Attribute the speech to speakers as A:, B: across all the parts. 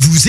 A: Vous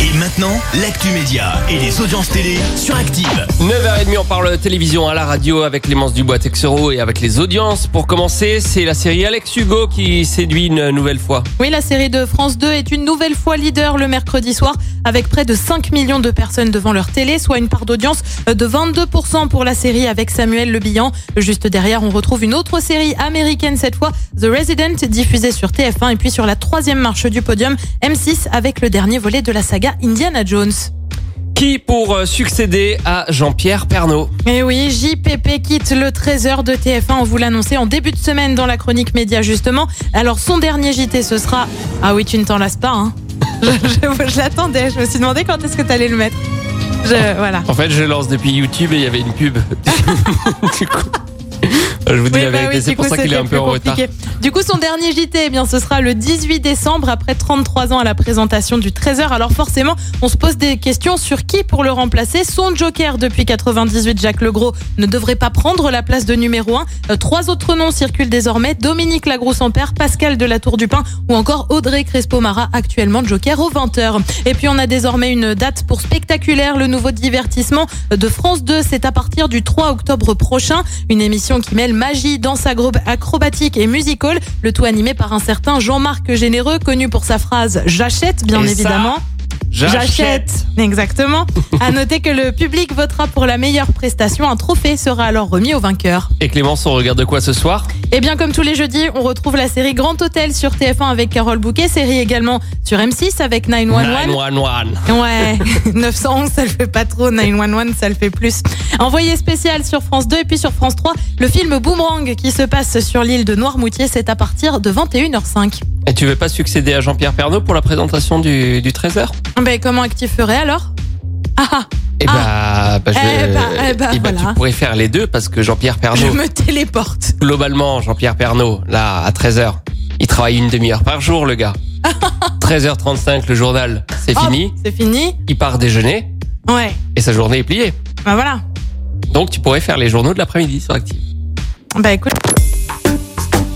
A: Et maintenant, l'actu média et les audiences télé sur Active.
B: 9h30, on parle télévision à la radio avec Clémence Dubois Texero et avec les audiences. Pour commencer, c'est la série Alex Hugo qui séduit une nouvelle fois.
C: Oui, la série de France 2 est une nouvelle fois leader le mercredi soir avec près de 5 millions de personnes devant leur télé, soit une part d'audience de 22% pour la série avec Samuel Le Bihan. Juste derrière, on retrouve une autre série américaine cette fois, The Resident, diffusée sur TF1 et puis sur la troisième marche du podium, M6 avec le dernier volet de la saga Indiana Jones.
B: Qui pour euh, succéder à Jean-Pierre Pernaud
C: Et Eh oui, JPP quitte le 13h de TF1, on vous l'annonçait en début de semaine dans la chronique média justement. Alors son dernier JT ce sera... Ah oui, tu ne t'en lasses pas, hein Je, je- je l'attendais, je me suis demandé quand est-ce que t'allais le mettre. Je, voilà.
B: En fait, je lance depuis YouTube et il y avait une pub. Du coup, je vous dis
C: Oui,
B: la
C: bah
B: vérité,
C: oui,
B: c'est
C: du
B: pour
C: coup,
B: ça qu'il est
C: c'était
B: un peu
C: plus
B: en retard.
C: compliqué. Du coup, son dernier JT, eh bien, ce sera le 18 décembre, après 33 ans à la présentation du 13h. Alors forcément, on se pose des questions sur qui pour le remplacer. Son joker depuis 98, Jacques Legros, ne devrait pas prendre la place de numéro 1. trois autres noms circulent désormais. Dominique Lagros-Ampère, Pascal de la Tour du Pin ou encore Audrey Crespo-Mara, actuellement joker au 20h. Et puis, on a désormais une date pour Spectaculaire, le nouveau divertissement de France 2. C'est à partir du 3 octobre prochain. Une émission qui mêle magie, danse agro- acrobatique et musical. Le tout animé par un certain Jean-Marc Généreux, connu pour sa phrase J'achète, bien
B: Et ça,
C: évidemment. Exactement. à noter que le public votera pour la meilleure prestation. Un trophée sera alors remis au vainqueur.
B: Et Clémence, on regarde quoi ce soir
C: Et bien, comme tous les jeudis, on retrouve la série Grand Hôtel sur TF1 avec Carole Bouquet, série également sur M6 avec 911.
B: 911.
C: Ouais, 911, ça le fait pas trop, 911, ça le fait plus. Envoyé spécial sur France 2 et puis sur France 3, le film Boomerang qui se passe sur l'île de Noirmoutier, c'est à partir de 21h05.
B: Et tu veux pas succéder à Jean-Pierre Pernaud pour la présentation du, du 13h
C: Ben, comment actif ferait alors Ah ah,
B: Eh bah, bah, je
C: Eh
B: vais-
C: bah, eh bah,
B: eh bah,
C: voilà.
B: tu pourrais faire les deux parce que Jean-Pierre
C: je
B: Pernaud,
C: me téléporte.
B: globalement, Jean-Pierre Pernaud, là, à 13h, il travaille une demi-heure par jour, le gars. 13h35, le journal, c'est
C: Hop,
B: fini.
C: Oh, C'est fini
B: Il part déjeuner
C: Ouais,
B: et sa journée est pliée.
C: ben voilà.
B: Donc, tu pourrais faire les journaux de l'après-midi sur Active.
C: Ben écoute.